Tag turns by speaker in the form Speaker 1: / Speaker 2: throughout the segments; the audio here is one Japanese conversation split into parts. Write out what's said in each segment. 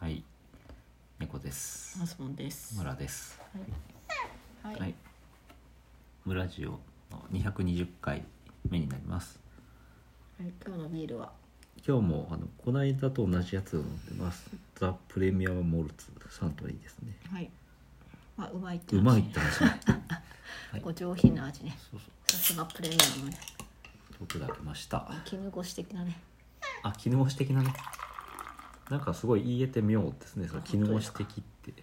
Speaker 1: はい猫です
Speaker 2: マスボンです。
Speaker 1: 村です
Speaker 2: はい。
Speaker 1: はい村ジオの220回目になります
Speaker 2: はい今日のビールは。
Speaker 1: 今日もあのこの間と同じやつを飲んでますザ・プレミアム・モルツサントリーですね
Speaker 2: はい。まあ、うまいって
Speaker 1: う
Speaker 2: 話
Speaker 1: まいって話 ねはい
Speaker 2: お上品な味ね。
Speaker 1: そうそう
Speaker 2: さすがプレミアムね。
Speaker 1: 僕だけました
Speaker 2: 絹ごし的なね。
Speaker 1: あ絹ごし的なねなんかすごい言えて妙ですねその
Speaker 2: あ
Speaker 1: 絹ごし
Speaker 2: 本当
Speaker 1: 的って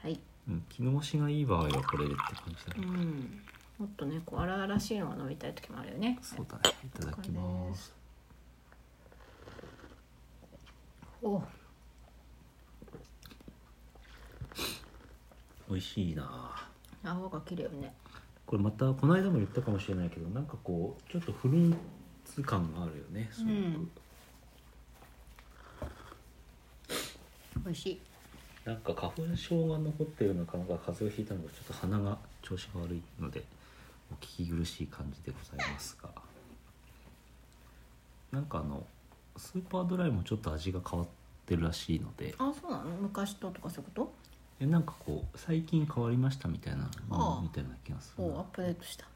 Speaker 2: はい。
Speaker 1: うん絹ごしがいい場合はこれでって感じだ
Speaker 2: う
Speaker 1: ね、
Speaker 2: ん。もっとね、こう荒々しいのが飲みたい時もあるよね。
Speaker 1: そうだねいただきます
Speaker 2: おう、
Speaker 1: 美味しいなあ
Speaker 2: 泡が綺麗よね。
Speaker 1: これまたこの間も言ったかもしれないけどなんかこうちょっとフルーツ感があるよねすごく、
Speaker 2: うん美味しい。
Speaker 1: なんか花粉症が残ってるのかなんか風邪をひいたのかちょっと鼻が調子が悪いのでお聞き苦しい感じでございますがなんかあのスーパードライもちょっと味が変わってるらしいので
Speaker 2: あ、そうなの、昔ととかそういうこ
Speaker 1: えなんかこう最近変わりましたみたいな
Speaker 2: あ
Speaker 1: の
Speaker 2: あ
Speaker 1: みたいな気がす
Speaker 2: と。
Speaker 1: る
Speaker 2: お
Speaker 1: な
Speaker 2: う、アップデートした。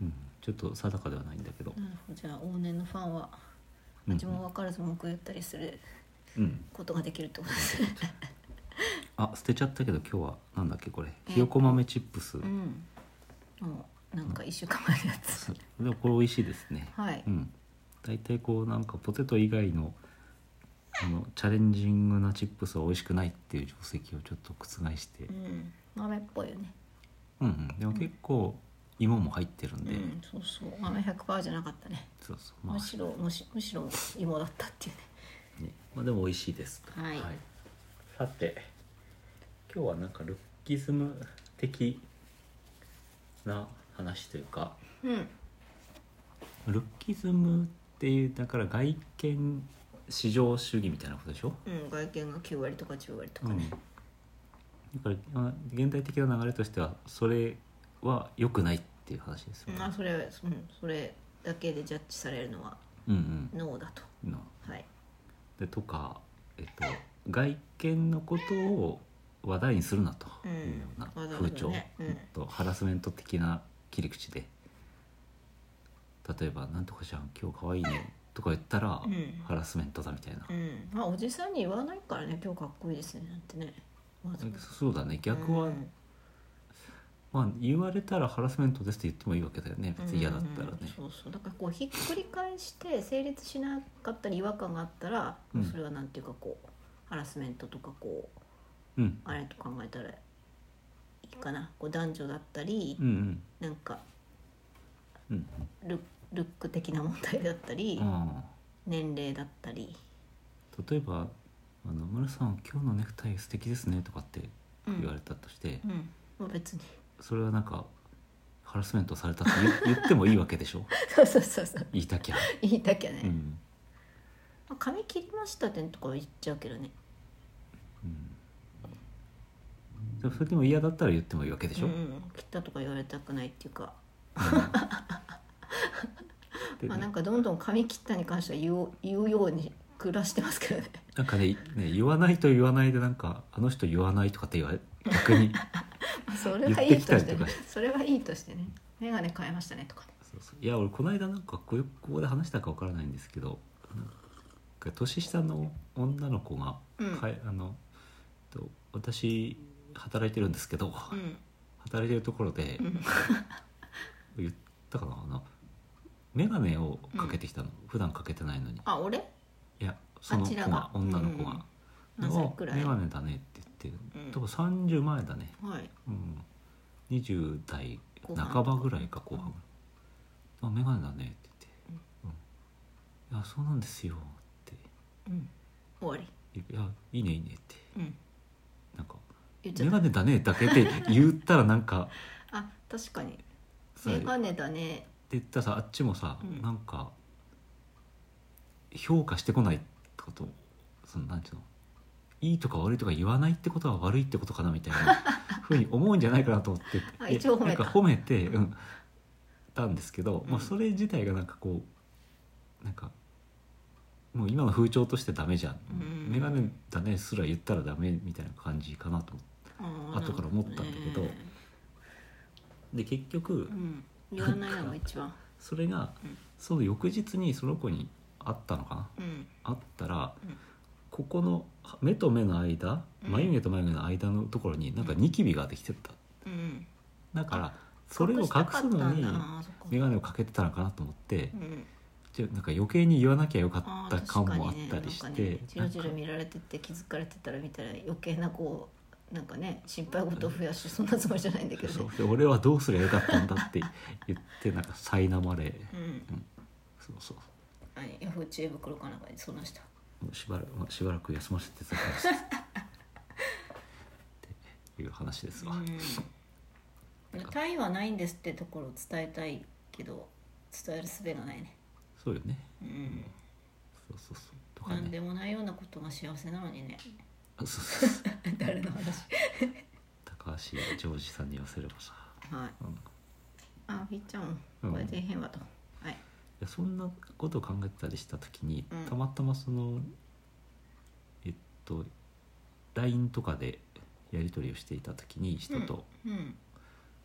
Speaker 1: うん、ちょっと定かではないんだけど
Speaker 2: なるほど、じゃあ、往年のファンは。
Speaker 1: うん
Speaker 2: 味も分からず文句言ったりする
Speaker 1: うん
Speaker 2: ことができるってことです。
Speaker 1: あ捨てちゃったけど今日はなんだっけこれひよこ豆チップス、
Speaker 2: うん。もう、なんか一週間前のやつ。
Speaker 1: でもこれ美味しいですね、
Speaker 2: はい。
Speaker 1: うん大体こうなんかポテト以外のあのチャレンジングなチップスは美味しくないっていう定石をちょっと覆して
Speaker 2: う、ん、豆っぽいよね。
Speaker 1: うんうん、でも結構芋も入ってるん
Speaker 2: う
Speaker 1: で、
Speaker 2: ん、そうそう、豆100パーじゃなかったね。
Speaker 1: そうそうま
Speaker 2: む
Speaker 1: あ、
Speaker 2: しろ、むし、むしろ芋だったっていうね。
Speaker 1: ねまあ、でも美味しいですと
Speaker 2: はい
Speaker 1: さて今日はなんかルッキズム的な話というか
Speaker 2: うん、
Speaker 1: ルッキズムっていうだから外見至上主義みたいなことでしょ、
Speaker 2: うん、外見が9割とか10割と
Speaker 1: う
Speaker 2: か
Speaker 1: ん、
Speaker 2: ね
Speaker 1: だ。からあ現代的な流れとしてはそれは良くないっていう話ですよ
Speaker 2: う
Speaker 1: ね
Speaker 2: ん、あ、それ、うん、それだけでジャッジされるのは
Speaker 1: うん
Speaker 2: ノーだと。
Speaker 1: うんの
Speaker 2: はい。
Speaker 1: でとか、えっと、外見のことを話題にするなと
Speaker 2: うん
Speaker 1: いうような
Speaker 2: 話題
Speaker 1: 風
Speaker 2: だ
Speaker 1: 潮、
Speaker 2: ねうん
Speaker 1: とハラスメント的な切り口で例えば「なんとかちゃん今日可愛いね」とか言ったら、
Speaker 2: うん
Speaker 1: ハラスメントだみたいな
Speaker 2: う、ん、まあ、おじさんに言わないからね、今日かっこいいですね、なんてね。まず
Speaker 1: そうだね逆は、
Speaker 2: うん
Speaker 1: まあ、言われたらハラスメントですって言ってもいいわけだよね別に嫌だったらね
Speaker 2: うんうんそうそうだからこうひっくり返して成立しなかったり違和感があったら、
Speaker 1: うん
Speaker 2: それはなんていうかこうハラスメントとかこう
Speaker 1: うん
Speaker 2: あれと考えたらいいかなこう男女だったり、
Speaker 1: うんうん
Speaker 2: なんか
Speaker 1: うん
Speaker 2: ルルック的な問題だったり、
Speaker 1: あ
Speaker 2: 年齢だったり、
Speaker 1: あ例えば「あの村さん今日のネクタイ素敵ですね」とかって
Speaker 2: うん
Speaker 1: 言われたとして、
Speaker 2: うん、もう別に
Speaker 1: それはなんかハラスメントされたって 言言ってもいいわけでしょ
Speaker 2: そうそうそうそう
Speaker 1: 言いたきゃ、
Speaker 2: 言いたきゃね、
Speaker 1: うん
Speaker 2: まあ、髪切りましたってとかは言っちゃうけどね
Speaker 1: うん、でもそれでも嫌だったら言ってもいいわけでし ょ、
Speaker 2: うんうん、切ったとか言われたくないっていうか
Speaker 1: で
Speaker 2: まあ、
Speaker 1: な
Speaker 2: なんんかどんどん髪切ったに関しては言おう言うように暮らしてますけどね
Speaker 1: かねね言わないと言わないでなんかあの人言わないとかって言われ逆に
Speaker 2: それはいいとし
Speaker 1: 言っ
Speaker 2: て
Speaker 1: てきた
Speaker 2: ね
Speaker 1: りと
Speaker 2: それはいいとしてね眼鏡変えましたねとかね
Speaker 1: そうそういや俺この間なんかこうここで話したかわからないんですけどなんか年下の女の子が、
Speaker 2: うん
Speaker 1: かえあのと私働いてるんですけど、
Speaker 2: うん
Speaker 1: 働いてるところで、
Speaker 2: うん
Speaker 1: 言ったかなあの眼鏡をかけてきたの、普段かけてないのに
Speaker 2: あ俺
Speaker 1: いやその
Speaker 2: あ
Speaker 1: 子
Speaker 2: ちら
Speaker 1: が
Speaker 2: が
Speaker 1: 女の子
Speaker 2: うん
Speaker 1: が「
Speaker 2: 何歳くらい
Speaker 1: 眼鏡だね」って言って、
Speaker 2: うん
Speaker 1: 多分30前だね、
Speaker 2: はい
Speaker 1: うん、20代
Speaker 2: 後半
Speaker 1: 半ばぐらいか後半あ眼鏡だね」って言って「うんいやそうなんですよ」って
Speaker 2: うん終わり
Speaker 1: 「いやいいねいいね」って
Speaker 2: うん
Speaker 1: なんか
Speaker 2: 言っ
Speaker 1: 「
Speaker 2: ちゃ
Speaker 1: 眼
Speaker 2: った
Speaker 1: 鏡だね」だけで言ったらなんか
Speaker 2: あ確かに
Speaker 1: さ
Speaker 2: 眼鏡だね
Speaker 1: って言ったらさあっちもさ、
Speaker 2: うん
Speaker 1: なんか評価してこないってことそのなんていうのいいとか悪いとか言わないってことは悪いってことかなみた いなふうに思うんじゃないかなと思って
Speaker 2: あ
Speaker 1: で
Speaker 2: 一応褒めた
Speaker 1: なんか褒めて、うん、たんですけど、ま
Speaker 2: う
Speaker 1: あ、
Speaker 2: ん
Speaker 1: それ自体がなんかこうなんかもう今の風潮としてダメじゃん、
Speaker 2: うん
Speaker 1: メガネだねすら言ったらダメみたいな感じかなと思って
Speaker 2: あー
Speaker 1: 後から思ったんだけど
Speaker 2: なるほね
Speaker 1: で結局
Speaker 2: うん、言わないのが一番
Speaker 1: それが
Speaker 2: うん
Speaker 1: その翌日にその子に会ったのかな
Speaker 2: うん
Speaker 1: 会ったら、
Speaker 2: うん
Speaker 1: ここの目と目の間
Speaker 2: うん
Speaker 1: 眉毛と眉毛の間のところになんかニキビができてた
Speaker 2: うん
Speaker 1: だからそれを隠すのに眼
Speaker 2: が
Speaker 1: 鏡をかけてたのかなと思って
Speaker 2: うん
Speaker 1: じゃあなんか余計に言わなきゃよか
Speaker 2: あ
Speaker 1: っ
Speaker 2: ー
Speaker 1: た感
Speaker 2: 確
Speaker 1: も
Speaker 2: か
Speaker 1: あっ
Speaker 2: にね
Speaker 1: たりし
Speaker 2: なんか
Speaker 1: て
Speaker 2: ねじろじろ見られてて気づかれてたら見たら余計なこうなんかね心配事を増やしてそんなつもりじゃないんだけど
Speaker 1: そう
Speaker 2: ね
Speaker 1: で俺はどうすりゃよかったんだって言ってなんか苛まれ
Speaker 2: うん
Speaker 1: そうそう
Speaker 2: はいヤフー知恵袋かなんかにそんなした
Speaker 1: もうしばらくしばらく休ませていただきますっていう話ですわ、
Speaker 2: うんタイはないんですってところを伝えたいけど伝える術がないね
Speaker 1: そうよね
Speaker 2: うん
Speaker 1: そうそうそうとか
Speaker 2: 何
Speaker 1: ね
Speaker 2: でもないようなことが幸せなのにね
Speaker 1: あそうそうそう
Speaker 2: 誰の話
Speaker 1: 高橋ジョージさんに言わせればさ、
Speaker 2: はい
Speaker 1: うん、い
Speaker 2: あひーちゃん
Speaker 1: うん
Speaker 2: これで変わと、はい
Speaker 1: やそんなことを考えてたりした時に、
Speaker 2: うん
Speaker 1: たまたまそのえっと LINE とかでやり取りをしていた時に人と、
Speaker 2: うん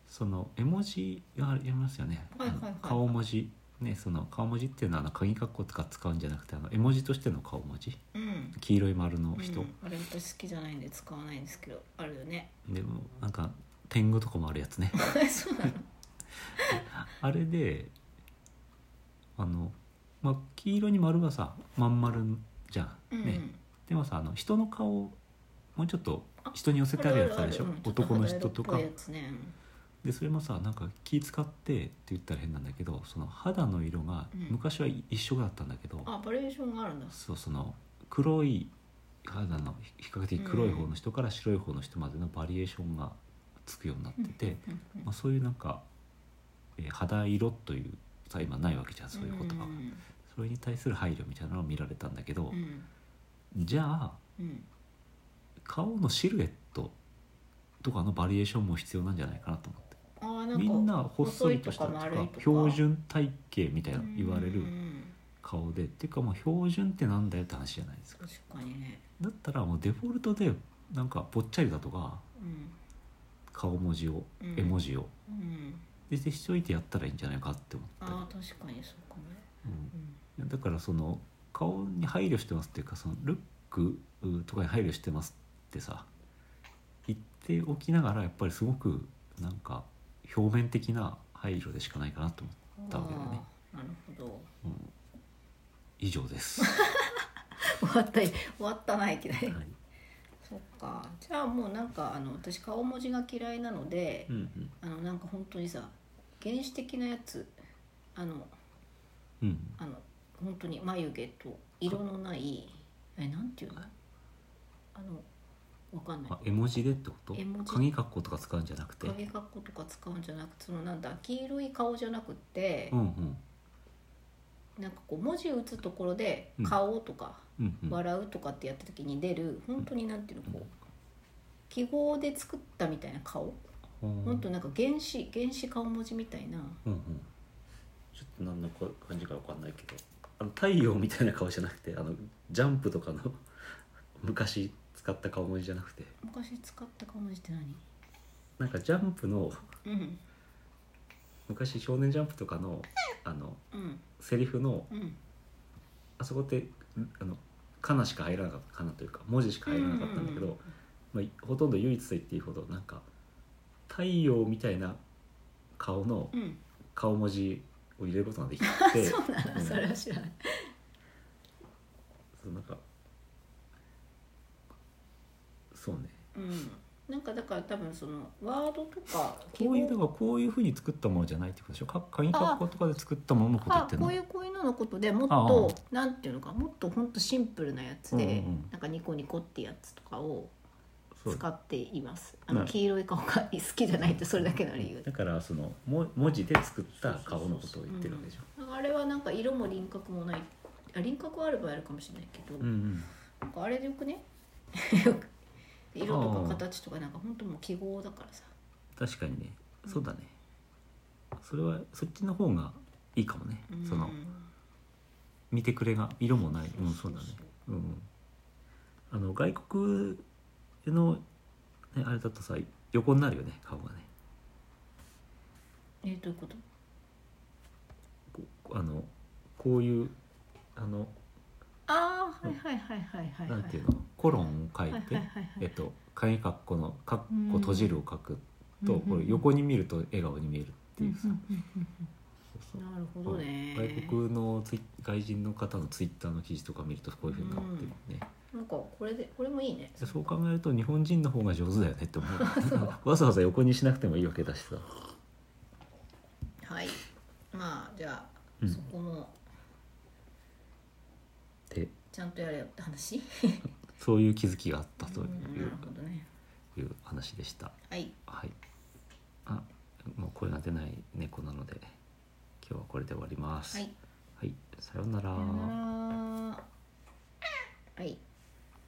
Speaker 1: その絵文字がありますよね、
Speaker 2: はいはいはい
Speaker 1: あの顔文字ねその顔文字っていうのはあの鍵括弧とか使うんじゃなくてあの絵文字としての顔文字
Speaker 2: うん
Speaker 1: 黄色い丸の人、
Speaker 2: うん、あれ私好きじゃないんで使わないんですけどあるよ ね
Speaker 1: でもなんか天狗とかもあるやつね
Speaker 2: そうなの
Speaker 1: あれであの、まあ、黄色に丸はさまん丸じゃん、
Speaker 2: うん、
Speaker 1: ねでもさあの人の顔をもうちょっと人に寄せてあるやつあるでしょ
Speaker 2: あるあるうん
Speaker 1: 男の人と
Speaker 2: ちょ
Speaker 1: か
Speaker 2: っ肌色っぽいやつね
Speaker 1: でそれもさなんか気使ってって言ったら変なんだけどその肌の色が
Speaker 2: うん
Speaker 1: 昔は一緒だったんだけど、
Speaker 2: あバリエーションがあるんだ
Speaker 1: そうその黒い肌の比較的黒い方の人から白い方の人までのバリエーションがつくようになってて、
Speaker 2: うんうん
Speaker 1: まあ、そういうなんか、えー肌色というさ今ないわけじゃんそういう言葉が、
Speaker 2: ん
Speaker 1: それに対する配慮みたいなのを見られたんだけど
Speaker 2: う、ん
Speaker 1: じゃあ
Speaker 2: うん
Speaker 1: 顔のシルエットとかのバリエーションも必要なんじゃないかなと思って
Speaker 2: あーなんか
Speaker 1: みんなほっそりとした
Speaker 2: 細いとか丸いとか
Speaker 1: 標準体型みたいな言われ
Speaker 2: う
Speaker 1: る
Speaker 2: ん
Speaker 1: 顔でっていうかまあ標準ってなんだよって話じゃないですか
Speaker 2: 確かにね
Speaker 1: だったらもうデフォルトでなんかぽっちゃりだとか
Speaker 2: うん
Speaker 1: 顔文字を
Speaker 2: うん
Speaker 1: 絵文字を、
Speaker 2: うん
Speaker 1: ででしといてやったらいいんじゃないかって思ったり
Speaker 2: ああ確かにそうかもねうん
Speaker 1: うん、だからその顔に配慮してますっていうかそのルックとかに配慮してますってさ言っておきながらやっぱりすごくなんか表面的な配慮でしかないかなと思ったわけだよね
Speaker 2: あーなるほど
Speaker 1: う、うん、以上です、
Speaker 2: 終わった終わったないきな
Speaker 1: はい
Speaker 2: りそっかじゃあもうなんかあの私顔文字が嫌いなので
Speaker 1: う、んうん
Speaker 2: あのなんか本当にさ原始的なやつあの
Speaker 1: うん、
Speaker 2: あの本当に眉毛と色のないえなんていうのあのわかんない
Speaker 1: あ絵文字でってこと
Speaker 2: 絵文字
Speaker 1: 鍵括弧とか使うんじゃなくて
Speaker 2: 影括弧とか使うんじゃなくてそのなんだ黄色い顔じゃなくて
Speaker 1: うんうん
Speaker 2: なんかこう文字打つところで
Speaker 1: うん
Speaker 2: 顔とか
Speaker 1: うんうん
Speaker 2: 笑うとかってやった時に出る本当になんていうのこう記号で作ったみたいな顔
Speaker 1: うん
Speaker 2: 本当なんか原始原始顔文字みたいな
Speaker 1: うんうん、ちょっと何のこ感じかわかんないけどあの太陽みたいな顔じゃなくてあのジャンプとかの 昔使った顔文字じゃなくて
Speaker 2: 昔使った顔文字って何
Speaker 1: なんかジャンプの
Speaker 2: うん
Speaker 1: 昔「少年ジャンプ」とかのあの
Speaker 2: うん
Speaker 1: セリフの
Speaker 2: うん
Speaker 1: あそこってあの「かな」しか入らなかった「かな」というか文字しか入らなかったんだけど、
Speaker 2: うんうん
Speaker 1: まあい、ほとんど唯一と言っていいほどなんか太陽みたいな顔の
Speaker 2: うん
Speaker 1: 顔文字を入れることができて
Speaker 2: そうな
Speaker 1: う
Speaker 2: の
Speaker 1: ん
Speaker 2: それは知らない
Speaker 1: そうなんかそうね
Speaker 2: うんなんかだから多分そのワードとか
Speaker 1: こういうだからこういうふうに作ったものじゃないってことでしょか鍵括弧とかで作ったもののこと言
Speaker 2: あ
Speaker 1: ってん
Speaker 2: こ
Speaker 1: の
Speaker 2: ういうこういうののことでもっ
Speaker 1: あ
Speaker 2: となんていうのかもっとほんとシンプルなやつで、
Speaker 1: うんうんうん
Speaker 2: なんかニコニコってやつとかを
Speaker 1: そう
Speaker 2: 使っていますあの
Speaker 1: ね
Speaker 2: 黄色い顔が好きじゃないってそれだけの理由
Speaker 1: だからそのも文字で作った顔のことを言ってるわけでしょ
Speaker 2: あれはなんか色も輪郭もないあ輪郭はあればあるかもしれないけど、
Speaker 1: うん
Speaker 2: なんかあれでよく ねよく色と
Speaker 1: あ
Speaker 2: か
Speaker 1: ー
Speaker 2: 形とかなんか本当もう記号だからさ
Speaker 1: うん確かにね
Speaker 2: うん
Speaker 1: そうだねそれはそっちの方がいいかもね
Speaker 2: うん
Speaker 1: その見てくれが色もないうんそうだね
Speaker 2: そうそう
Speaker 1: うんあの外国の、ね、あれだとさ横になるよね顔がね
Speaker 2: えどういうこと
Speaker 1: こうあのこういうあの
Speaker 2: ああはいはいはいはいはい
Speaker 1: なんていうのコロンを書い
Speaker 2: はい
Speaker 1: て、
Speaker 2: はいはいはい
Speaker 1: えっと鍵括弧の括弧閉じるを書くと、
Speaker 2: うん
Speaker 1: これ横に見ると笑顔に見えるっていうさ、
Speaker 2: んんうん
Speaker 1: そううんそう
Speaker 2: なるほどね
Speaker 1: 外国のツイ外人の方のツイッターの記事とか見るとこういうふうになってるよね、
Speaker 2: なんかこれでこれもいいね
Speaker 1: でそう考えると日本人の方が上手だよねって思 うわざわざ横にしなくてもいいわけだしさ
Speaker 2: はいまあじゃあ、
Speaker 1: うん
Speaker 2: そこも
Speaker 1: で
Speaker 2: ちゃんとやれよって話
Speaker 1: そういう気づきがあったとい
Speaker 2: う
Speaker 1: う
Speaker 2: んなるほどね
Speaker 1: いう話でした
Speaker 2: はい
Speaker 1: はいあもう声が出ない猫なので今日はこれで終わります
Speaker 2: はい
Speaker 1: はい、さような
Speaker 2: さよならはい